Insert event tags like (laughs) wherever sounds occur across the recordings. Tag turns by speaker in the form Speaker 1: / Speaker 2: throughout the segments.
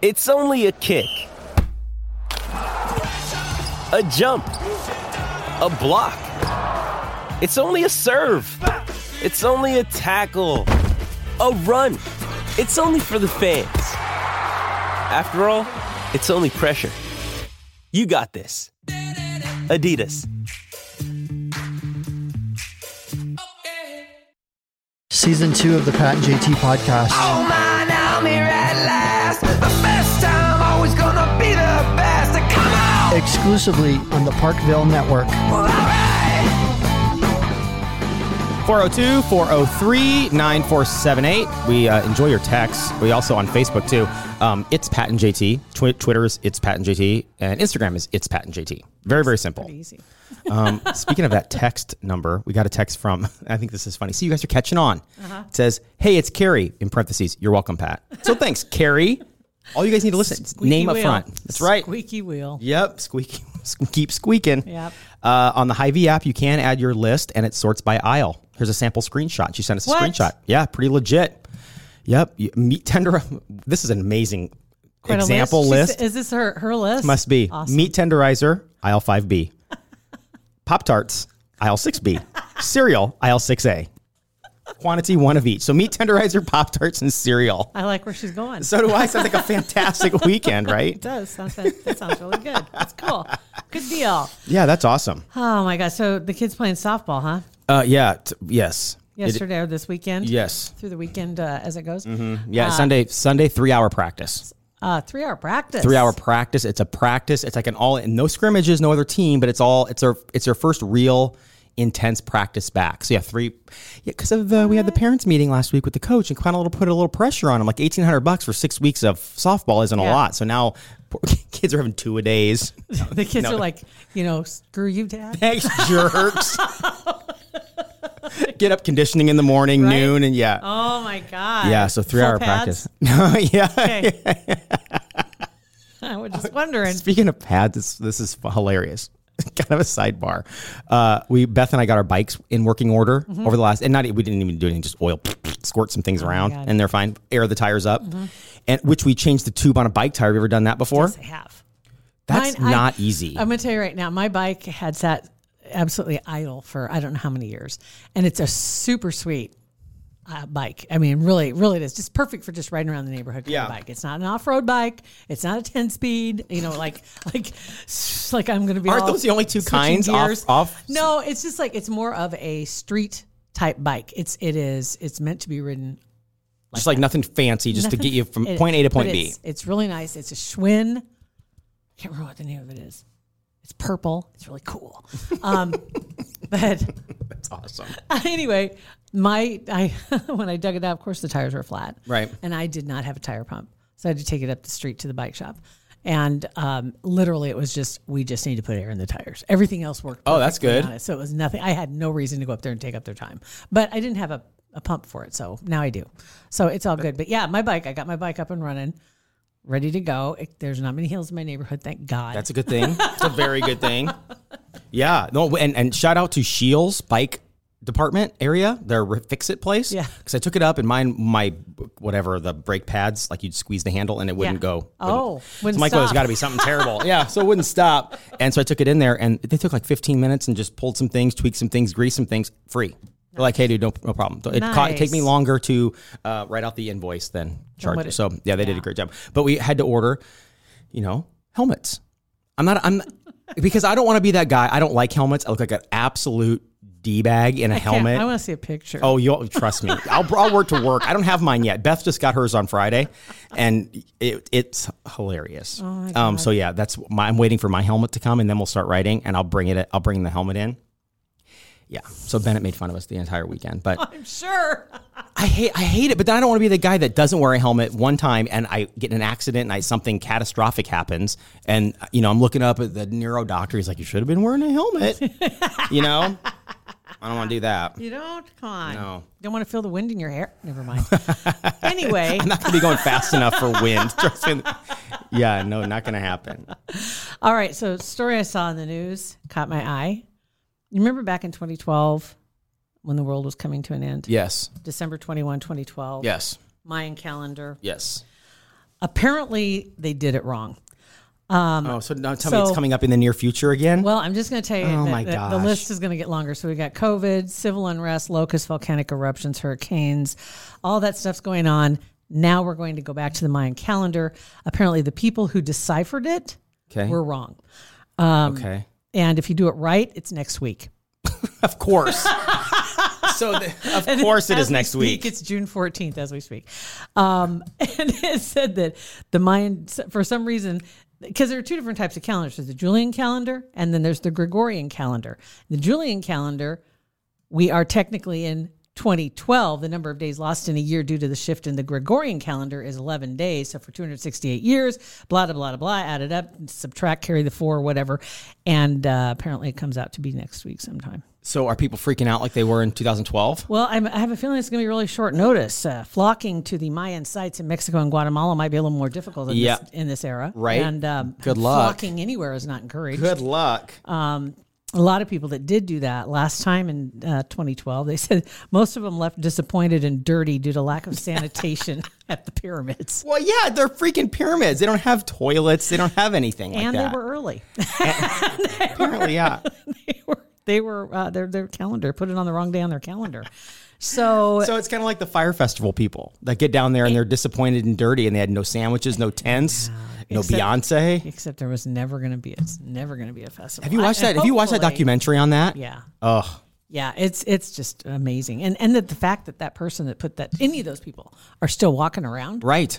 Speaker 1: It's only a kick, a jump, a block. It's only a serve. It's only a tackle, a run. It's only for the fans. After all, it's only pressure. You got this. Adidas.
Speaker 2: Season two of the Pat and JT podcast.
Speaker 3: Oh man, I'm here at last. The best time, always gonna be the best. Come on!
Speaker 2: Exclusively on the Parkville Network.
Speaker 3: Well, alright.
Speaker 4: 402 403 9478. We uh, enjoy your texts. We also on Facebook too. Um, it's Pat and JT. Twi- Twitter is It's Pat and JT. And Instagram is It's Pat and JT. Very, very simple.
Speaker 5: Easy. (laughs)
Speaker 4: Um, speaking of that text number, we got a text from, (laughs) I think this is funny. See, you guys are catching on.
Speaker 5: Uh-huh.
Speaker 4: It says, Hey, it's Carrie, in parentheses. You're welcome, Pat. So thanks, Carrie. All you guys need to listen. It's
Speaker 5: Squeaky
Speaker 4: name up
Speaker 5: wheel.
Speaker 4: front. That's right.
Speaker 5: Squeaky wheel.
Speaker 4: Yep, (laughs) squeaky. Keep squeaking.
Speaker 5: Yep.
Speaker 4: Uh, on the Hy-Vee app, you can add your list, and it sorts by aisle. Here's a sample screenshot. She sent us a
Speaker 5: What?
Speaker 4: screenshot. Yeah, pretty legit. Yep, you- meat tender. (laughs) This is an amazing
Speaker 5: Quite a
Speaker 4: example
Speaker 5: She's-
Speaker 4: list.
Speaker 5: Is this her her list?
Speaker 4: Must be
Speaker 5: Awesome.
Speaker 4: meat tenderizer aisle five
Speaker 5: (laughs)
Speaker 4: B, Pop Tarts aisle six B, cereal aisle six A. Quantity one of each. So meat tenderizer, Pop Tarts, and cereal.
Speaker 5: I like where she's going.
Speaker 4: So do I. Sounds like a
Speaker 5: (laughs)
Speaker 4: fantastic weekend, right?
Speaker 5: it does. Sounds fan- that sounds really good. That's cool. Good deal.
Speaker 4: Yeah, that's awesome.
Speaker 5: Oh my gosh. So the kids playing softball, huh?
Speaker 4: Uh, yeah. T- yes. It-
Speaker 5: Yesterday or this weekend?
Speaker 4: yes.
Speaker 5: Through the weekend uh, as it goes. Ah.
Speaker 4: Yeah. Sunday. Sunday. Three hour practice.
Speaker 5: Uh, three hour practice.
Speaker 4: Three hour practice. It's a practice. It's like an all. No scrimmages. No other team. But it's all. It's our. It's our first real intense practice back. So yeah, three. Yeah, because of the we had the parents meeting last week with the coach and kind of little put a little pressure on them. Like eighteen hundred bucks for six weeks of softball isn't
Speaker 5: Yeah.
Speaker 4: a lot. So now poor (laughs) kids are having two a days.
Speaker 5: The kids
Speaker 4: No.
Speaker 5: are like, you know, screw you,
Speaker 4: (laughs)
Speaker 5: dad.
Speaker 4: Thanks,
Speaker 5: (laughs)
Speaker 4: jerks. Get up conditioning in the morning,
Speaker 5: Right?
Speaker 4: noon, and yeah.
Speaker 5: Oh my god.
Speaker 4: Yeah, so three
Speaker 5: Full
Speaker 4: hour
Speaker 5: pads?
Speaker 4: practice. (laughs) yeah.
Speaker 5: Okay.
Speaker 4: (laughs)
Speaker 5: (laughs) I was just wondering.
Speaker 4: Speaking of pads, this, this is hilarious. (laughs) kind of a sidebar. Uh, we Beth and I got our bikes in working order
Speaker 5: Mm-hmm.
Speaker 4: over the last, and not we didn't even do anything, just oil (sniffs) squirt some things around,
Speaker 5: Oh God. Mm-hmm.
Speaker 4: and they're fine. Air the tires up, and which we changed the tube on a bike tire. Have you ever done that before?
Speaker 5: Yes, I have.
Speaker 4: That's
Speaker 5: Mine- I-
Speaker 4: not easy.
Speaker 5: I'm going to tell you right now, my bike had sat absolutely idle for I don't know how many years, and it's a super sweet uh, bike. I mean, really, really, it is just perfect for just riding around the neighborhood kind
Speaker 4: Yeah.
Speaker 5: of bike. It's not an off-road bike. It's not a ten-speed. You know, like (laughs) like s- like I'm going to be.
Speaker 4: Aren't
Speaker 5: all
Speaker 4: those the only two
Speaker 5: switching
Speaker 4: kinds? Off-
Speaker 5: gears.
Speaker 4: off-
Speaker 5: No, it's just like it's more of a street type bike. It's it is it's meant to be ridden
Speaker 4: just like nothing fancy, just to get you from
Speaker 5: It-
Speaker 4: point A to point
Speaker 5: but
Speaker 4: B.
Speaker 5: It's, it's really nice. It's a Schwinn. I can't remember what the name of it is. It's purple. It's really cool. Um, (laughs) but
Speaker 4: That's awesome.
Speaker 5: (laughs) anyway, my I (laughs) when I dug it out, of course the tires were flat.
Speaker 4: Right.
Speaker 5: And I did not have a tire pump, so I had to take it up the street to the bike shop. And um, literally, it was just we just need to put air in the tires. Everything else worked.
Speaker 4: Oh, that's
Speaker 5: perfectly
Speaker 4: good.
Speaker 5: on it. So it was nothing. I had no reason to go up there and take up their time, but I didn't have a, a pump for it, so now I do. So it's all good. But yeah, my bike. I got my bike up and running, ready to go. It- there's not many hills in my neighborhood, thank God.
Speaker 4: That's a good thing. It's a very good
Speaker 5: (laughs)
Speaker 4: thing. Yeah. No. And and shout out to Shields Bike Department area, their re- fix it place.
Speaker 5: Yeah.
Speaker 4: Because I took it up and mine my whatever the brake pads like you'd squeeze the handle and it wouldn't
Speaker 5: Yeah.
Speaker 4: go.
Speaker 5: Oh, wouldn't
Speaker 4: so Michael, there's
Speaker 5: stop.
Speaker 4: got to be something
Speaker 5: (laughs)
Speaker 4: terrible. yeah. So it wouldn't stop. And so I took it in there and they took like 15 minutes and just pulled some things, tweaked some things, greased some things, free. They're like, hey, dude, no, no problem. So It caught, take me
Speaker 5: Nice.
Speaker 4: longer to uh, write out the invoice than charge
Speaker 5: what
Speaker 4: it.
Speaker 5: it-
Speaker 4: So yeah, they did a great job. But we had to order you know, helmets. I'm not, I'm, because I don't want to be that guy. I don't like helmets. I look like an absolute D bag in a
Speaker 5: Can't-
Speaker 4: helmet.
Speaker 5: I want to see a picture.
Speaker 4: oh, you'll trust me. I'll, I'll work to work. I don't have mine yet. Beth just got hers on Friday and it, it's
Speaker 5: Oh
Speaker 4: hilarious. um, so yeah, that's my, I'm waiting for my helmet to come and then we'll start writing and I'll bring it, I'll bring the helmet in. Yeah. So Bennett made fun of us the entire weekend, but
Speaker 5: I'm sure.
Speaker 4: I hate I hate it, but then I don't want to be the guy that doesn't wear a helmet one time and I get in an accident and I something catastrophic happens and you know I'm looking up at the neuro doctor. He's like, you should have been wearing a helmet. you know, I don't want to do that.
Speaker 5: You don't? Come on.
Speaker 4: No.
Speaker 5: Don't want to feel the wind in your hair?
Speaker 4: (laughs)
Speaker 5: Never mind. anyway,
Speaker 4: I'm not gonna be going fast enough for wind. (laughs) Trust me. Yeah, no, not gonna happen.
Speaker 5: all right. So, story I saw in the news caught my eye. You remember back in 2012 when the world was coming to an end?
Speaker 4: Yes,
Speaker 5: December 21, 2012.
Speaker 4: yes,
Speaker 5: Mayan calendar.
Speaker 4: yes.
Speaker 5: Apparently, they did it wrong.
Speaker 4: oh, so now tell me it's
Speaker 5: Um, so-
Speaker 4: coming up in the near future again.
Speaker 5: Well, I'm just going to tell you
Speaker 4: Oh,
Speaker 5: that,
Speaker 4: my
Speaker 5: that the
Speaker 4: gosh.
Speaker 5: list is going to get longer. So we got COVID, civil unrest, locusts, volcanic eruptions, hurricanes, all that stuff's going on. Now we're going to go back to the Mayan calendar. Apparently, the people who deciphered it
Speaker 4: okay.
Speaker 5: were wrong.
Speaker 4: okay.
Speaker 5: And if you do it right, it's next week.
Speaker 4: Of course. (laughs) so the, of course it
Speaker 5: As
Speaker 4: is
Speaker 5: we
Speaker 4: next
Speaker 5: speak,
Speaker 4: week.
Speaker 5: It's June 14th as we speak. Um, (laughs) and it said that the Mayan, for some reason, because there are two different types of calendars there's the Julian calendar and then there's the Gregorian calendar. The Julian calendar, we are technically in 2012. The number of days lost in a year due to the shift in the Gregorian calendar is 11 days. So for 268 years, blah, blah, blah, blah, add it up, subtract, carry the four, whatever. And uh, apparently it comes out to be next week sometime.
Speaker 4: so are people freaking out like they were in 2012?
Speaker 5: Well, I'm, I have a feeling it's going to be really short notice. Uh, flocking to the Mayan sites in Mexico and Guatemala might be a little more difficult in,
Speaker 4: Yeah.
Speaker 5: this, in this era.
Speaker 4: Right.
Speaker 5: And um,
Speaker 4: Good luck.
Speaker 5: Flocking anywhere is not encouraged.
Speaker 4: Good luck.
Speaker 5: A lot of people that did do that last time in uh, 2012, they said most of them left disappointed and dirty due to lack of
Speaker 4: (laughs)
Speaker 5: sanitation at the pyramids.
Speaker 4: well, yeah, they're freaking pyramids. They don't have toilets. They don't have anything like
Speaker 5: and
Speaker 4: that.
Speaker 5: they were early. (laughs)
Speaker 4: Apparently, yeah.
Speaker 5: they were, they were uh, their, their calendar, put it on the wrong day on their calendar. So,
Speaker 4: So it's kind of like the fire festival people that get down there and they're disappointed and dirty and they had no sandwiches, no tents, no
Speaker 5: Except-
Speaker 4: Beyonce.
Speaker 5: except there was never going to be, it's never going to be a festival.
Speaker 4: Have you watched that? Have you watched that documentary on that?
Speaker 5: Yeah.
Speaker 4: Oh,
Speaker 5: Yeah, it's it's just amazing, and and that the fact that that person that put that any of those people are still walking around
Speaker 4: right.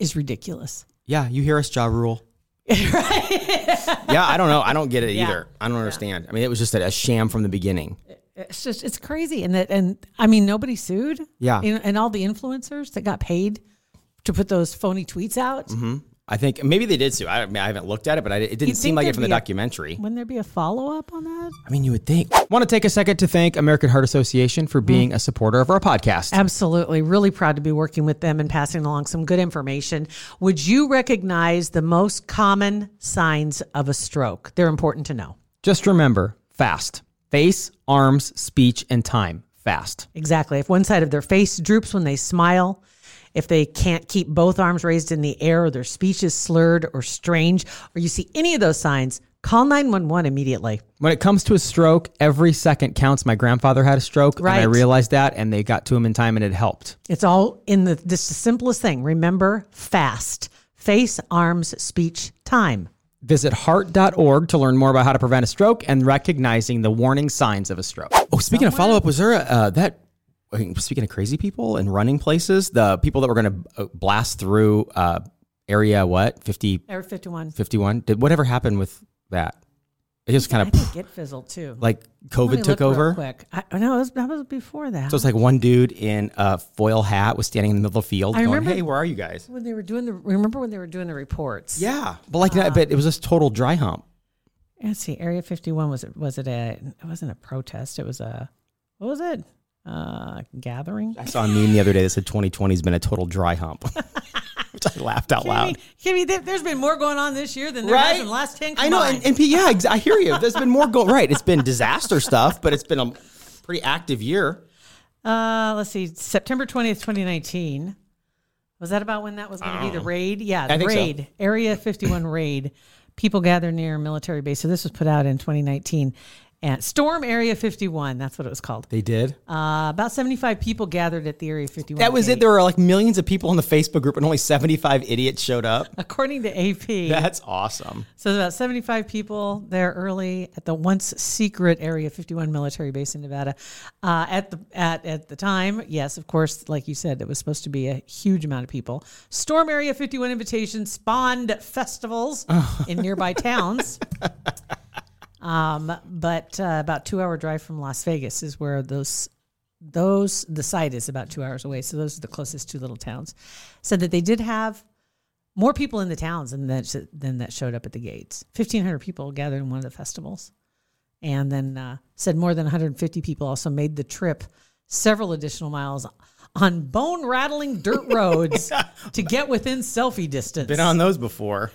Speaker 5: is ridiculous.
Speaker 4: Yeah, you hear us, Ja
Speaker 5: (laughs)
Speaker 4: Rule. yeah, I don't know. I don't get it either. I don't understand. I mean, it was just a, a sham from the beginning.
Speaker 5: It's just it's crazy, and that and I mean nobody sued.
Speaker 4: Yeah.
Speaker 5: You know, and all the influencers that got paid to put those phony tweets out.
Speaker 4: Mm-hmm. I think maybe they did sue. I, I mean, I haven't looked at it, but I, it didn't
Speaker 5: You'd
Speaker 4: seem
Speaker 5: think
Speaker 4: like it
Speaker 5: there'd
Speaker 4: from the
Speaker 5: be a-
Speaker 4: documentary.
Speaker 5: Wouldn't there be a follow up on that?
Speaker 4: I mean, you would think. Want to take a second to thank American Heart Association for being a supporter of our podcast.
Speaker 5: Absolutely. Really proud to be working with them and passing along some good information. Would you recognize the most common signs of a stroke? They're important to know.
Speaker 4: Just remember fast. Face, arms, speech, and time. Fast.
Speaker 5: Exactly. If one side of their face droops when they smile, if they can't keep both arms raised in the air, or their speech is slurred or strange, or you see any of those signs, call 911 immediately.
Speaker 4: When it comes to a stroke, every second counts. My grandfather had a stroke, and I
Speaker 5: Right.
Speaker 4: realized that, and they got to him in time, and it helped.
Speaker 5: It's all in the just the simplest thing. Remember fast. Face, arms, speech, time.
Speaker 4: Visit heart.org to learn more about how to prevent a stroke and recognizing the warning signs of a stroke. Oh, speaking of follow up, was there a, uh, that? I mean, speaking of crazy people and running places, the people that were going to blast through uh, area what 50,
Speaker 5: Air 51.
Speaker 4: 51? Did whatever happened with that? It just kind of
Speaker 5: Get fizzled too.
Speaker 4: like COVID took over.
Speaker 5: Quick. I, no, it was, that was before that.
Speaker 4: So it's like one dude in a foil hat was standing in the middle of the field,
Speaker 5: I
Speaker 4: going,
Speaker 5: remember-
Speaker 4: "Hey, where are you guys?"
Speaker 5: when they were doing the remember when they were doing the reports.
Speaker 4: Yeah, but like
Speaker 5: Uh.
Speaker 4: that, but it was just total dry hump.
Speaker 5: Let's see, Area 51 was it was it a it wasn't a protest, it was a what was it? Uh gathering?
Speaker 4: I saw a meme the other day that said 2020 has been a total dry hump, (laughs) which I laughed out
Speaker 5: I
Speaker 4: loud.
Speaker 5: mean, I mean, there- there's been more going on this year than there has in the last 10
Speaker 4: I know, and, and Pete, yeah, ex- I hear you. There's been more go right. It's been disaster stuff, but it's been a pretty active year.
Speaker 5: uh, let's see, September 20th, 2019. Was that about when that was going to be the raid? Yeah, the
Speaker 4: I think so.
Speaker 5: raid. Area 51 raid. People gather near military base. So this was put out in 2019. And Storm Area 51, that's what it was called.
Speaker 4: They did.
Speaker 5: Uh, about 75 people gathered at the Area 51.
Speaker 4: that was
Speaker 5: gate.
Speaker 4: it. There were like millions of people in the Facebook group, and only 75 idiots showed up.
Speaker 5: According to AP.
Speaker 4: That's awesome.
Speaker 5: So there's about 75 people there early at the once secret Area 51 military base in Nevada. Uh, at the at at the time, yes, of course, like you said, it was supposed to be a huge amount of people. Storm Area 51 invitation spawned festivals in nearby towns. Um, but uh, about two hour drive from Las Vegas is where those those the site is about two hours away. So those are the closest two little towns. Said that they did have more people in the towns than that, than that showed up at the gates. 1,500 people gathered in one of the festivals. And then uh, said more than 150 people also made the trip several additional miles on bone rattling dirt roads to get within selfie distance.
Speaker 4: Been on those before.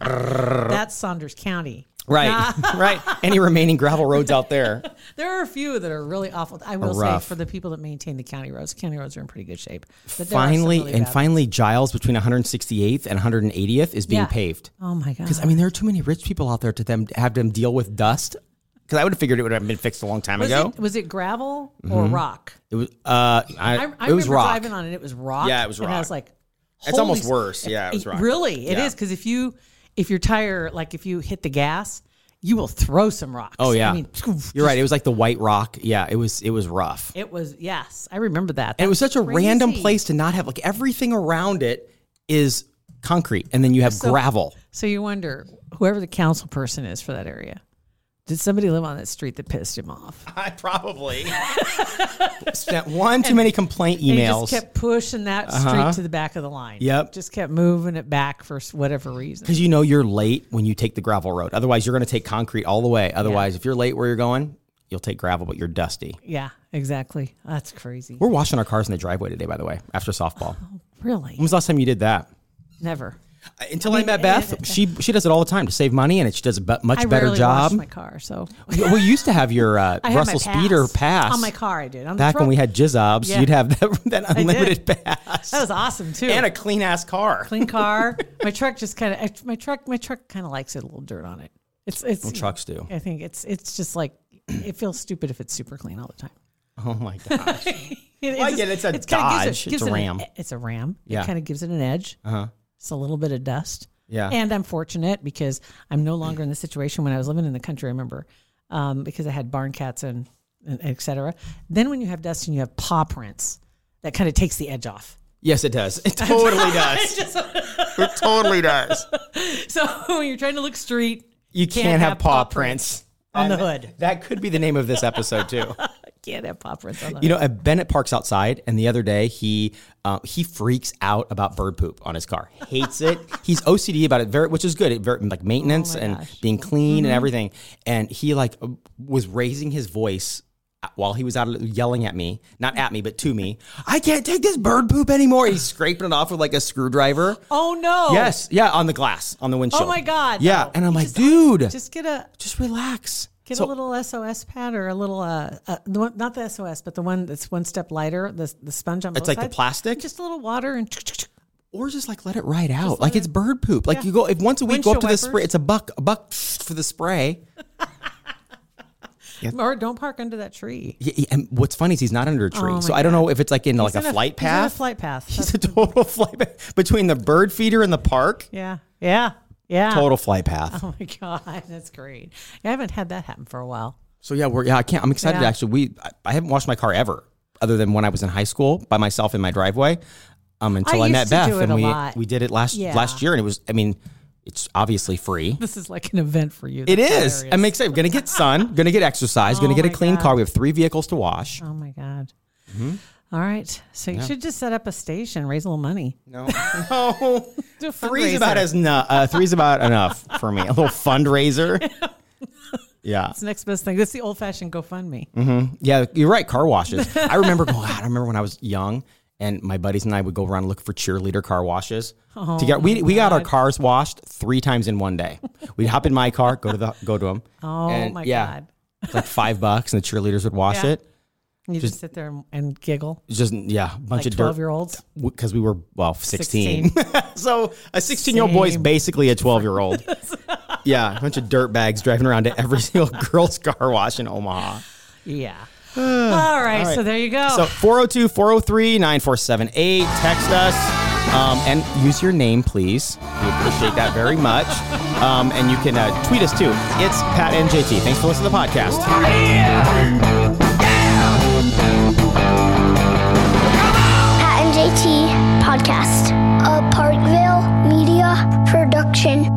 Speaker 5: That's Saunders County.
Speaker 4: (laughs)
Speaker 5: (laughs)
Speaker 4: Right, right. Any remaining gravel roads out there?
Speaker 5: There are a few that are really awful. I will say
Speaker 4: rough.
Speaker 5: for the people that maintain the county roads, county roads are in pretty good shape. But there are some
Speaker 4: Finally,
Speaker 5: really
Speaker 4: and
Speaker 5: bad
Speaker 4: finally, Giles between 168th and 180th is being
Speaker 5: Yeah.
Speaker 4: paved.
Speaker 5: ones. Oh my god!
Speaker 4: Because I mean, there are too many rich people out there to them have them deal with dust. Because I would have figured it would have been fixed a long time
Speaker 5: was
Speaker 4: ago.
Speaker 5: it was it gravel or rock?
Speaker 4: It was. Uh,
Speaker 5: I, I
Speaker 4: I, Mm-hmm. it
Speaker 5: remember
Speaker 4: was rock.
Speaker 5: driving on it. It was rock.
Speaker 4: Yeah, it was
Speaker 5: And I
Speaker 4: rock.
Speaker 5: was like,
Speaker 4: It's almost
Speaker 5: holy s-
Speaker 4: worse. Yeah, it was rock.
Speaker 5: Really, it is
Speaker 4: Yeah.
Speaker 5: because if you if your tire like if you hit the gas, you will throw some rocks.
Speaker 4: oh yeah,
Speaker 5: I mean, (laughs)
Speaker 4: you're right. It was like the white rock. Yeah, it was. It was rough.
Speaker 5: It was yes, I remember that.
Speaker 4: And it was such a random
Speaker 5: crazy.
Speaker 4: place to not have like everything around it is concrete, and then you have gravel.
Speaker 5: So you wonder whoever the council person is for that area. Did somebody live on that street that pissed him off?
Speaker 4: (laughs) I probably sent one too many complaint emails Uh-huh.
Speaker 5: And he just kept pushing that street to the back of the line.
Speaker 4: Yep.
Speaker 5: Just kept moving it back for s- whatever reason.
Speaker 4: because you know you're late when you take the gravel road. Otherwise, you're going to take concrete all the way. Otherwise, if you're late where you're going, you'll take gravel, but you're dusty.
Speaker 5: Yeah, exactly. That's crazy.
Speaker 4: We're washing our cars in the driveway today, by the way, after softball. When
Speaker 5: Really?
Speaker 4: was the last time you did that?
Speaker 5: Never.
Speaker 4: Uh, Until I, met Beth, she she does it all the time to save money, and it, she does a bu- much
Speaker 5: I
Speaker 4: better
Speaker 5: rarely
Speaker 4: job. (laughs)
Speaker 5: wash my car, so
Speaker 4: we used to have your uh,
Speaker 5: (laughs) I had my
Speaker 4: Russell Speeder pass
Speaker 5: on my car. I did on the
Speaker 4: back when
Speaker 5: front-
Speaker 4: we had jizzobs,
Speaker 5: Yeah.
Speaker 4: you'd have that, (laughs) that
Speaker 5: did.
Speaker 4: unlimited pass
Speaker 5: that was awesome too.
Speaker 4: and a clean ass car. (laughs)
Speaker 5: clean car. my truck just kind of my truck my truck kind of likes it a little dirt on it. It's it's
Speaker 4: trucks do.
Speaker 5: I think it's it's just like it feels stupid if it's super clean all the time.
Speaker 4: Oh my gosh!
Speaker 5: It,
Speaker 4: Well, I get it. It's a
Speaker 5: kinda gives
Speaker 4: Dodge. It's
Speaker 5: gives
Speaker 4: a
Speaker 5: it an- e,
Speaker 4: Ram.
Speaker 5: it's a Ram.
Speaker 4: Yeah.
Speaker 5: It kind of gives it an edge. Uh-huh. It's a little bit of dust.
Speaker 4: Yeah.
Speaker 5: And I'm fortunate because I'm no longer in the situation when I was living in the country. I remember um, because I had barn cats and, and et cetera. Then when you have dust and you have paw prints, that kind of takes the edge off. (laughs)
Speaker 4: yes, it does. (laughs) It totally does. it totally does.
Speaker 5: So when you're trying to look street
Speaker 4: You can't, have, paw prints.
Speaker 5: on the
Speaker 4: And
Speaker 5: hood,
Speaker 4: That could be the name of this episode too.
Speaker 5: can't have paw prints on the hood.
Speaker 4: You know, uh, Bennett parks outside, and the other day he uh, he freaks out about bird poop on his car. Hates it. He's OCD about it, very, which is good. It very, like maintenance and being clean and everything. And he like uh, was raising his voice while he was out yelling at me, not at me, but to me. I can't take this bird poop anymore. He's scraping it off with like a screwdriver.
Speaker 5: oh no. Oh,
Speaker 4: Yes, yeah, on the glass, on the windshield.
Speaker 5: my God,
Speaker 4: Yeah,
Speaker 5: no.
Speaker 4: and I'm like, dude, just,
Speaker 5: Just get a
Speaker 4: relax.
Speaker 5: Get
Speaker 4: So-
Speaker 5: a little SOS pad or a little uh, uh the one, not the SOS, but the one that's one step lighter, the the sponge on both
Speaker 4: like the
Speaker 5: sides.
Speaker 4: plastic?
Speaker 5: Just a little water and
Speaker 4: or just like let it ride out. Like it's bird poop. Like you go if once a week go up to the
Speaker 5: Windshield
Speaker 4: spray.
Speaker 5: wipers.
Speaker 4: It's a buck, a buck for the spray.
Speaker 5: or don't park under that tree.
Speaker 4: Yeah, yeah, And what's funny is he's not under a tree, so I don't know if it's like in like
Speaker 5: Oh He's
Speaker 4: a
Speaker 5: in
Speaker 4: flight
Speaker 5: he's in
Speaker 4: path.
Speaker 5: a flight
Speaker 4: (laughs)
Speaker 5: path.
Speaker 4: He's a
Speaker 5: That's-
Speaker 4: total flight path between the bird feeder and the park.
Speaker 5: (laughs) yeah. Yeah. Yeah.
Speaker 4: Total flight path.
Speaker 5: (laughs) Oh my god, that's great. I haven't had that happen for a while.
Speaker 4: So yeah, we're yeah. I can't. I'm excited.
Speaker 5: Yeah.
Speaker 4: Actually, we I, I haven't washed my car ever, other than when I was in high school by myself in my driveway. Um, until I,
Speaker 5: used
Speaker 4: met
Speaker 5: to
Speaker 4: Beth,
Speaker 5: do it
Speaker 4: and
Speaker 5: a
Speaker 4: we
Speaker 5: lot.
Speaker 4: we did it last
Speaker 5: Yeah.
Speaker 4: last year, and it was. I mean, it's obviously free.
Speaker 5: This is like an event for you.
Speaker 4: It
Speaker 5: That's
Speaker 4: is.
Speaker 5: hilarious. Oh
Speaker 4: I'm excited. Gonna get sun. Gonna get exercise. gonna get a
Speaker 5: my
Speaker 4: clean
Speaker 5: God.
Speaker 4: car. We have three vehicles to wash.
Speaker 5: Oh my god.
Speaker 4: Mm-hmm.
Speaker 5: All right. So you should just set up a station, raise a little money.
Speaker 4: No, (laughs) no.
Speaker 5: Do a
Speaker 4: three's
Speaker 5: fundraiser.
Speaker 4: about as nu- uh, three's about enough for me. A little
Speaker 5: (laughs)
Speaker 4: fundraiser. Yeah,
Speaker 5: It's the next best thing. That's the old fashioned GoFundMe.
Speaker 4: Mm-hmm. yeah. You're right. Car
Speaker 5: (laughs)
Speaker 4: washes. I remember. going, God, I remember when I was young. And my buddies and I would go around looking for cheerleader car washes.
Speaker 5: Oh
Speaker 4: to get, we, we got our cars washed three times in one day. We'd hop in my car, go to the go to them.
Speaker 5: (laughs) Oh my God.
Speaker 4: it's like
Speaker 5: (laughs)
Speaker 4: five bucks, and the cheerleaders would wash
Speaker 5: Yeah.
Speaker 4: it.
Speaker 5: You just, sit there and, and giggle
Speaker 4: It's Just yeah, a bunch
Speaker 5: like
Speaker 4: of dirt.
Speaker 5: twelve year olds.
Speaker 4: because we were well 16, (laughs) so a 16 year old boy is
Speaker 5: Same.
Speaker 4: basically a 12 year
Speaker 5: (laughs)
Speaker 4: old yeah a bunch of dirt bags driving around to every (laughs) single girl's car wash in omaha
Speaker 5: Yeah. (sighs) all, right,
Speaker 4: right.
Speaker 5: So there you go.
Speaker 4: so 402-403-9478 text us um, and use your name please we appreciate that very much um, and you can uh, tweet us too it's pat and jt thanks for listening to the podcast
Speaker 6: Pat and JT Podcast, a Parkville media production.